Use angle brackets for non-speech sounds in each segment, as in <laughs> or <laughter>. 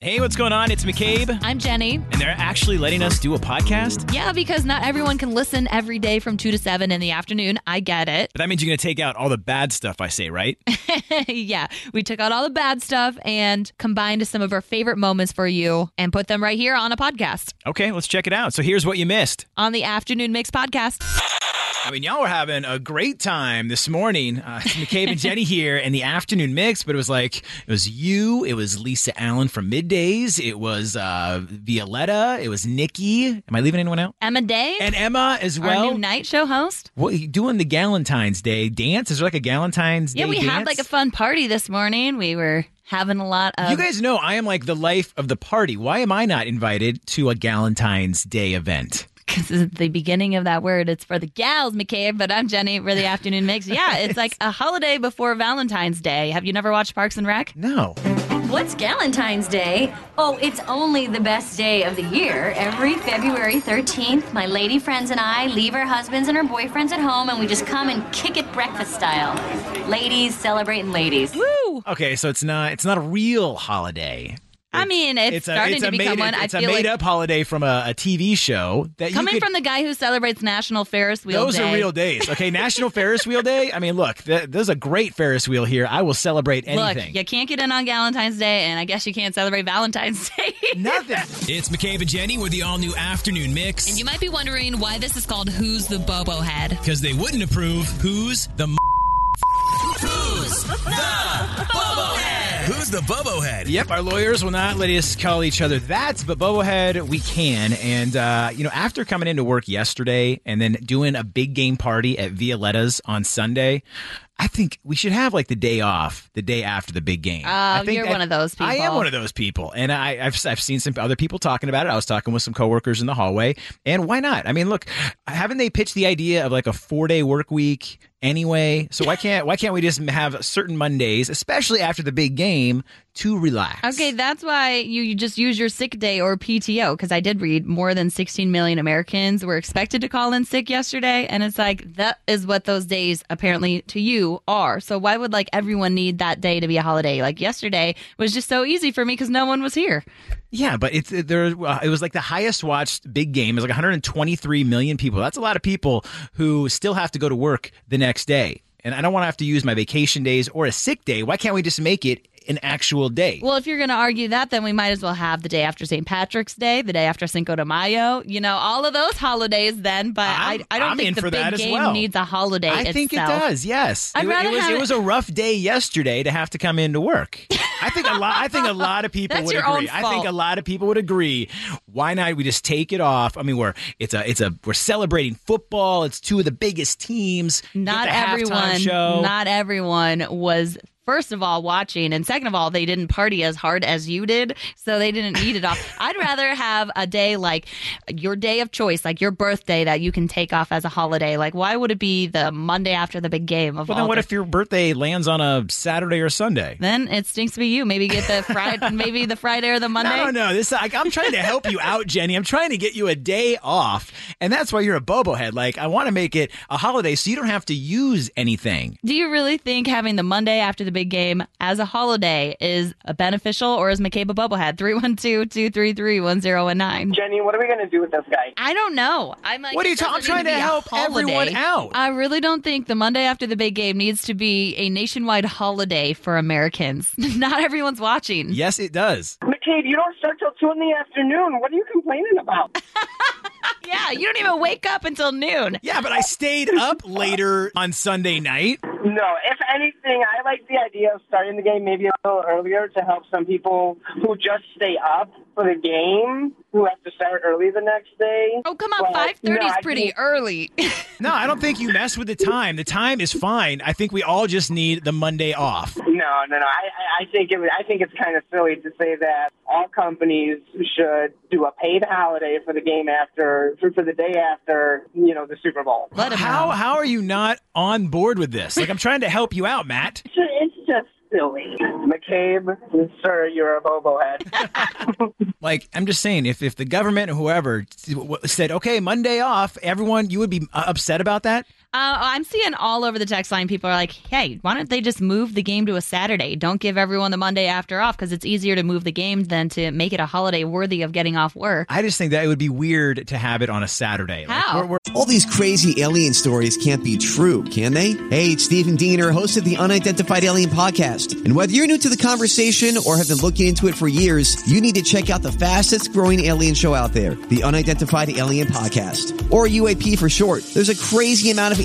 Hey, what's going on? It's McCabe, I'm Jenny. and they're actually letting us do a podcast. Yeah, because not everyone can listen every day from 2 to 7 in the afternoon. I get it. <laughs> But that means you're going to take out all the bad stuff I say, right? yeah, we took out all the bad stuff and combined some of our favorite moments for you and put them right here on a podcast, okay, let's check it out. So here's what you missed. on the Afternoon Mix podcast. I mean, y'all were having a great time this morning. Uh, it's McCabe and Jenny here in the afternoon mix, but it was like, it was you, it was Lisa Allen from Middays, it was uh, Violetta, it was Nikki. Am I leaving anyone out? Emma Day, And Emma as our well. new night show host. What you doing the Galentine's Day dance? Is there like a Galentine's Yeah, Day we had dance? like a fun party this morning. We were having a lot of. You guys know I am like the life of the party. Why am I not invited to a Galentine's Day event? Because the beginning of that word, it's for the gals, McCabe, but I'm Jenny for the afternoon mix. <laughs> Yeah, it's like a holiday before Valentine's Day. Have you never watched Parks and Rec? No. What's Galentine's Day? Oh, it's only the best day of the year. Every February 13th, my lady friends and I leave our husbands and our boyfriends at home and we just come and kick it breakfast style. Ladies celebrating ladies. Woo! Okay, so it's not it's not a real holiday. I mean, it's, a- starting to a become made, one. It's I a feel made like up holiday from a, a TV show that you coming could- from the guy who celebrates National Ferris Wheel those Day. are real days. Okay, National Ferris Wheel Day. I mean, look, th- there's a great Ferris wheel here. I will celebrate Look, anything. you can't get in on Valentine's Day, and I guess you can't celebrate Valentine's <laughs> Day. Nothing. It's McCabe and Jenny with the all new afternoon mix might be wondering why this is called "Who's the Bobo Head." because they wouldn't approve who's the m- Who's the Bobo Head? Yep, our lawyers will not let us call each other that, but Bobohead, we can. And, uh, you know, after coming into work yesterday and then doing a big game party at Violetta's on Sunday, I think we should have like the day off, the day after the big game. I think Oh, you're that- one of those I am people. one of those people. And I, I've, I've seen some other people talking about it. I was talking with some coworkers in the hallway. And why not? I mean, look, haven't they pitched the idea of like a four day work week? Anyway, so why can't why can't we just have certain Mondays, especially after the big game, to relax? Okay, that's why you, you just use your sick day or PTO because I did read more than 16 million Americans were expected to call in sick yesterday, and it's like that is what those days apparently to you are. So why would like everyone need that day to be a holiday? Like yesterday was just so easy for me because no one was here. Yeah, but it's it- there. Uh, it was like the highest watched big game. It was like 123 million people. That's a lot of people who still have to go to work the next day. And I don't want to have to use my vacation days or a sick day. Why can't we just make it an actual day? Well, if you're going to argue that, then we might as well have the day after St. Patrick's Day, the day after Cinco de Mayo, you know, all of those holidays then. But I, I'm- I don't I'm in think the for big that as game well. needs a holiday I think it itself. does. Yes, I'd it, wa- it rather was. have It it- was a rough day yesterday to have to come into work. I think a lot. I think a lot of people That's would your agree. own I think fault. a lot of people would agree. Why not? We just take it off. I mean, we're it's a it's a we're celebrating football. It's two of the biggest teams. You get Not the halftime everyone, Show. not everyone was first of all watching and second of all they didn't party as hard as you did so they didn't eat <laughs> it off i'd rather have a day like your day of choice like your birthday that you can take off as a holiday like why would it be the monday after the big game of Well, all then what the- if your birthday lands on a Saturday or Sunday? then it stinks to be you. Maybe get <laughs> the Friday, maybe the Friday or the Monday. No, no, no. This I, I'm trying to help you out, Jenny. I'm trying to get you a day off, and that's why you're a bobohead. Like I want to make it a holiday so you don't have to use anything. Do you really think having the Monday after the big game as a holiday is a beneficial, or is McCabe a bubblehead? 312-233-1019. Jenny, what are we going to do with this guy? I don't know. I'm like, What are it you ta- I'm doesn't need trying to be a help holiday. everyone out. I really don't think the Monday after the big game needs to be a nationwide holiday for Americans. <laughs> Not everyone's watching. Yes, it does. McCabe, you don't start till 2 in the afternoon. What are you complaining about? Yeah, you don't even wake up until noon. Yeah, but I stayed up later on Sunday night. no, if anything, I like the idea of starting the game maybe a little earlier to help some people who just stay up for the game, who have to start early the next day. Oh, come on. But, 5.30 no, is I pretty think- early. <laughs> No, I don't think you mess with the time. The time is fine. I think we all just need the Monday off. No, no, no. I, I- I think it. would- I think it's kind of silly to say that all companies should do a paid holiday for the game after, for, for the day after, you know, the Super Bowl. Let him How know. how are you not on board with this? Like I'm trying to help you out, Matt. It's just silly. McCabe, sir, you're a bobohead. Like I'm just saying, if if the government or whoever said, okay, Monday off, everyone, you would be uh, upset about that. Uh, I'm seeing all over the text line people are like, hey, why don't they just move the game to a Saturday? Don't give everyone the Monday after off because it's easier to move the game than to make it a holiday worthy of getting off work. I just think that it would be weird to have it on a Saturday. Like, How? we're- we're- All these crazy alien stories can't be true, can they? Hey, it's Stephen Diener, host of the Unidentified Alien Podcast. And whether you're new to the conversation or have been looking into it for years, you need to check out the fastest growing alien show out there, the Unidentified Alien Podcast, or UAP for short. There's a crazy amount of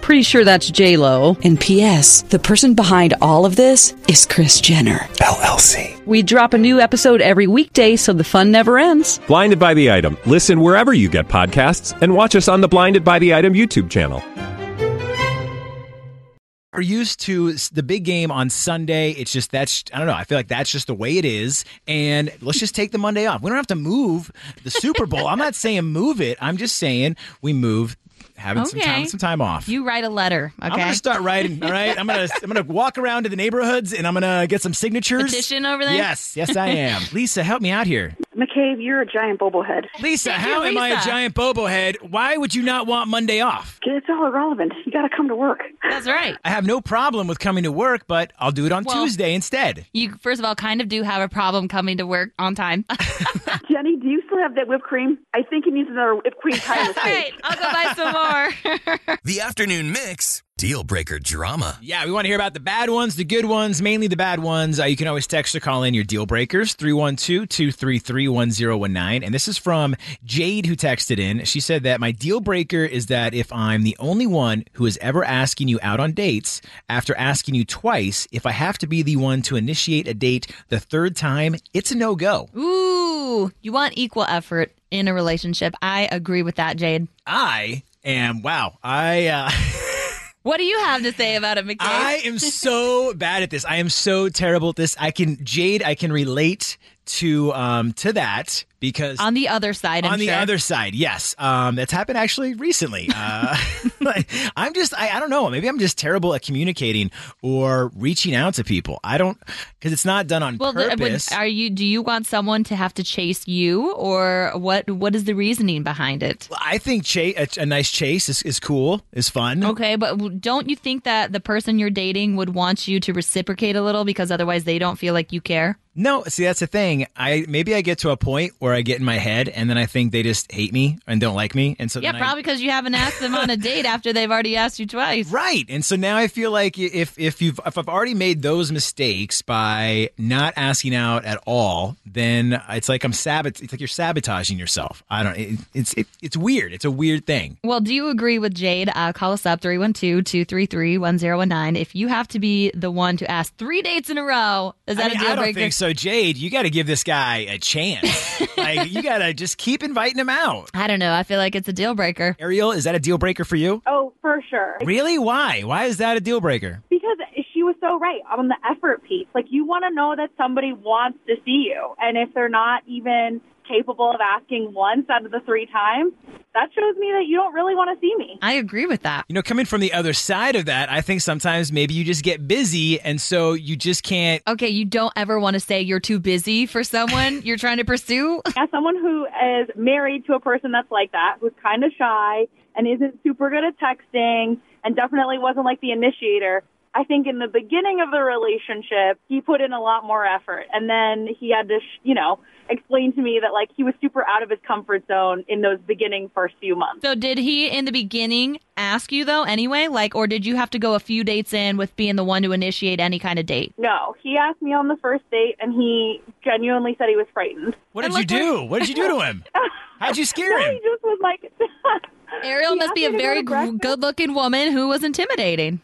Pretty sure that's J Lo. And P.S. The person behind all of this is Chris Jenner. LLC. We drop a new episode every weekday, so the fun never ends. Blinded by the item. Listen wherever you get podcasts, and watch us on the Blinded by the Item YouTube channel. we're used to s- the big game on Sunday. It's just that's I don't know. I feel like that's just the way it is. And let's just take the Monday off. We don't have to move the Super Bowl. I'm not saying move it. I'm just saying we move having some time Okay. some time off. You write a letter, I'm okay? gonna start writing. All right, I'm gonna I'm gonna walk around to the neighborhoods and I'm gonna get some signatures. Petition over there? Yes, yes, I <laughs> am. Lisa, help me out here. <laughs> McCabe, you're a giant bobblehead. Lisa, Thank you, how am I a Lisa. giant bobo head? Why would you not want Monday off? It's all irrelevant. You got to come to work. That's right. I have no problem with coming to work, but I'll do it on Well- Tuesday instead. You, first of all, kind of do have a problem coming to work on time. <laughs> Jenny, do you still have that whipped cream? I think it needs another whipped cream pie in the All right, cake. I'll go buy <laughs> some more. The afternoon mix. Deal breaker drama. Yeah, we want to hear about the bad ones, the good ones, mainly the bad ones. Uh, you can always text or call in your deal breakers, 312 233 1019. And this is from Jade, who texted in. She said that my deal breaker is that if I'm the only one who is ever asking you out on dates, after asking you twice, if I have to be the one to initiate a date the third time, it's a no go. Ooh, you want equal effort in a relationship. I agree with that, Jade. I am, wow, I. Uh, <laughs> What do you have to say about it, McKay? I am so bad at this. I am so terrible at this. I can Jade. I can relate to um to that because on the other side, I'm on the sure. other side, yes, um, that's happened actually recently. Uh, <laughs> like, I'm just I, I don't know. Maybe I'm just terrible at communicating or reaching out to people. I don't because it's not done on Well, uh, th- would- purpose. are you? Do you want someone to have to chase you, or what? What is the reasoning behind it? I think cha- a, a nice chase is, is cool, is fun. Okay, but w- don't you think that the person you're dating would want you to reciprocate a little because otherwise they don't feel like you care? No, see that's the thing. I maybe I get to a point where I get in my head and then I think they just hate me and don't like me, and so Yeah, then I, probably because you haven't asked them on a date after they've already asked you twice. Right. And so now I feel like if if you've if I've already made those mistakes by not asking out at all, then it's like I'm sabot it's like you're sabotaging yourself. I don't it, it's it, it's weird. It's a weird thing. Well, do you agree with Jade? Uh, call us up 312 233 1019. If you have to be the one to ask three dates in a row, is that I, mean, a deal I don't breaker? think so, Jade. You got to give this guy a <laughs> chance. like you got to just keep inviting him out. I don't know. I feel like it's a deal breaker. Ariel, is that a deal breaker for you? Oh, for sure. Really? Why? Why is that a deal breaker? Because she was so right on the effort piece. Like, you want to know that somebody wants to see you. And if they're not even capable of asking once out of the three times, that shows me that you don't really want to see me. I agree with that. You know, coming from the other side of that, I think sometimes maybe you just get busy and so you just can't Okay, you don't ever want to say you're too busy for someone <laughs> you're trying to pursue. As someone who is married to a person that's like that, who's kind of shy and isn't super good at texting and definitely wasn't like the initiator, I think in the beginning of the relationship, he put in a lot more effort. And then he had to, sh- you know, explain to me that like he was super out of his comfort zone in those beginning first few months. So, did he in the beginning ask you though, anyway? Like, or did you have to go a few dates in with being the one to initiate any kind of date? No, he asked me on the first date and he genuinely said he was frightened. <laughs> What did And you like, do? What did you do to <laughs> him? How'd you scare No, him? he just was like. <laughs> Ariel He must asked be a me to go very to breakfast. Oh. good looking woman who was intimidating.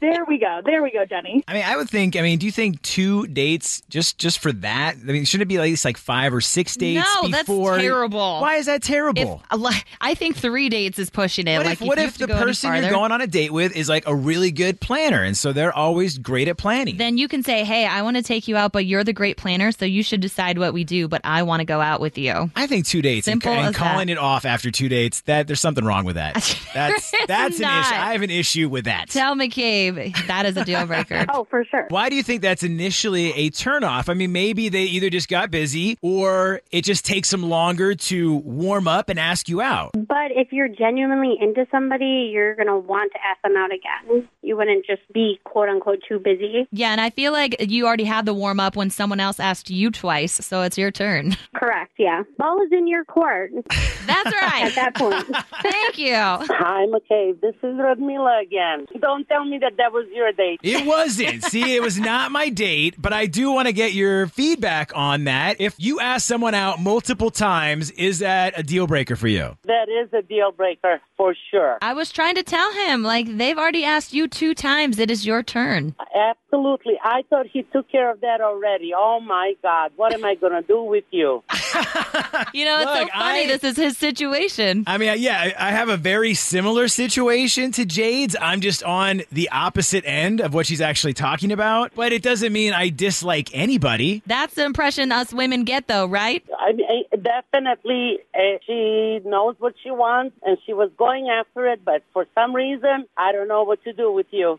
There we go. There we go, Jenny. I mean, I would think. I mean, do you think two dates just just for that? I mean, shouldn't it be at least like five or six dates? no, before? that's terrible. Why is that terrible? If- li- I think three dates is pushing it. What like if what you if have to the go any person you're farther, going on a date with is like a really good planner, and so they're always great at planning? Then you can say, "Hey, I want to take you out, but you're the great planner, so you should decide what we do. But I want to go out with you." I think two dates and, Simple and as calling it off after two dates that there's something wrong with that. That's is that's an not. issue. I have an issue with that. Tell McCabe that is a deal <laughs> breaker. Oh, for sure. Why do you think that's initially a turnoff? I mean, maybe they either just got busy or it just takes them longer to warm up and ask you out. But if you're genuinely into somebody, you're going to want to ask them out again. You wouldn't just be quote unquote too busy. Yeah, and I feel like you already had the warm up when someone else asked you twice, so it's your turn. Correct, yeah. Ball is in your court <laughs> That's at right. that point. <laughs> Thank you. Hi, McCabe. This is Rodmila again. Don't tell me that that was your date. It wasn't. See, it was not my date, but I do want to get your feedback on that. If you ask someone out multiple times, is that a deal breaker for you? That is a deal breaker for sure. I was trying to tell him, like, they've already asked you two times. It is your turn. <laughs> Absolutely. I thought he took care of that already. Oh my God. What am I going to do with you? You know, it's so Look, funny. I- This is his situation. I mean, yeah, I- I have a very similar situation to Jade's. I'm just on the opposite end of what she's actually talking about, but it doesn't mean I dislike anybody. That's the impression us women get, though, right? I mean, I- definitely, uh, she knows what she wants and she was going after it, but for some reason, I don't know what to do with you.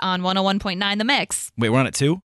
on 101.9 The Mix. Wait, we're on it too?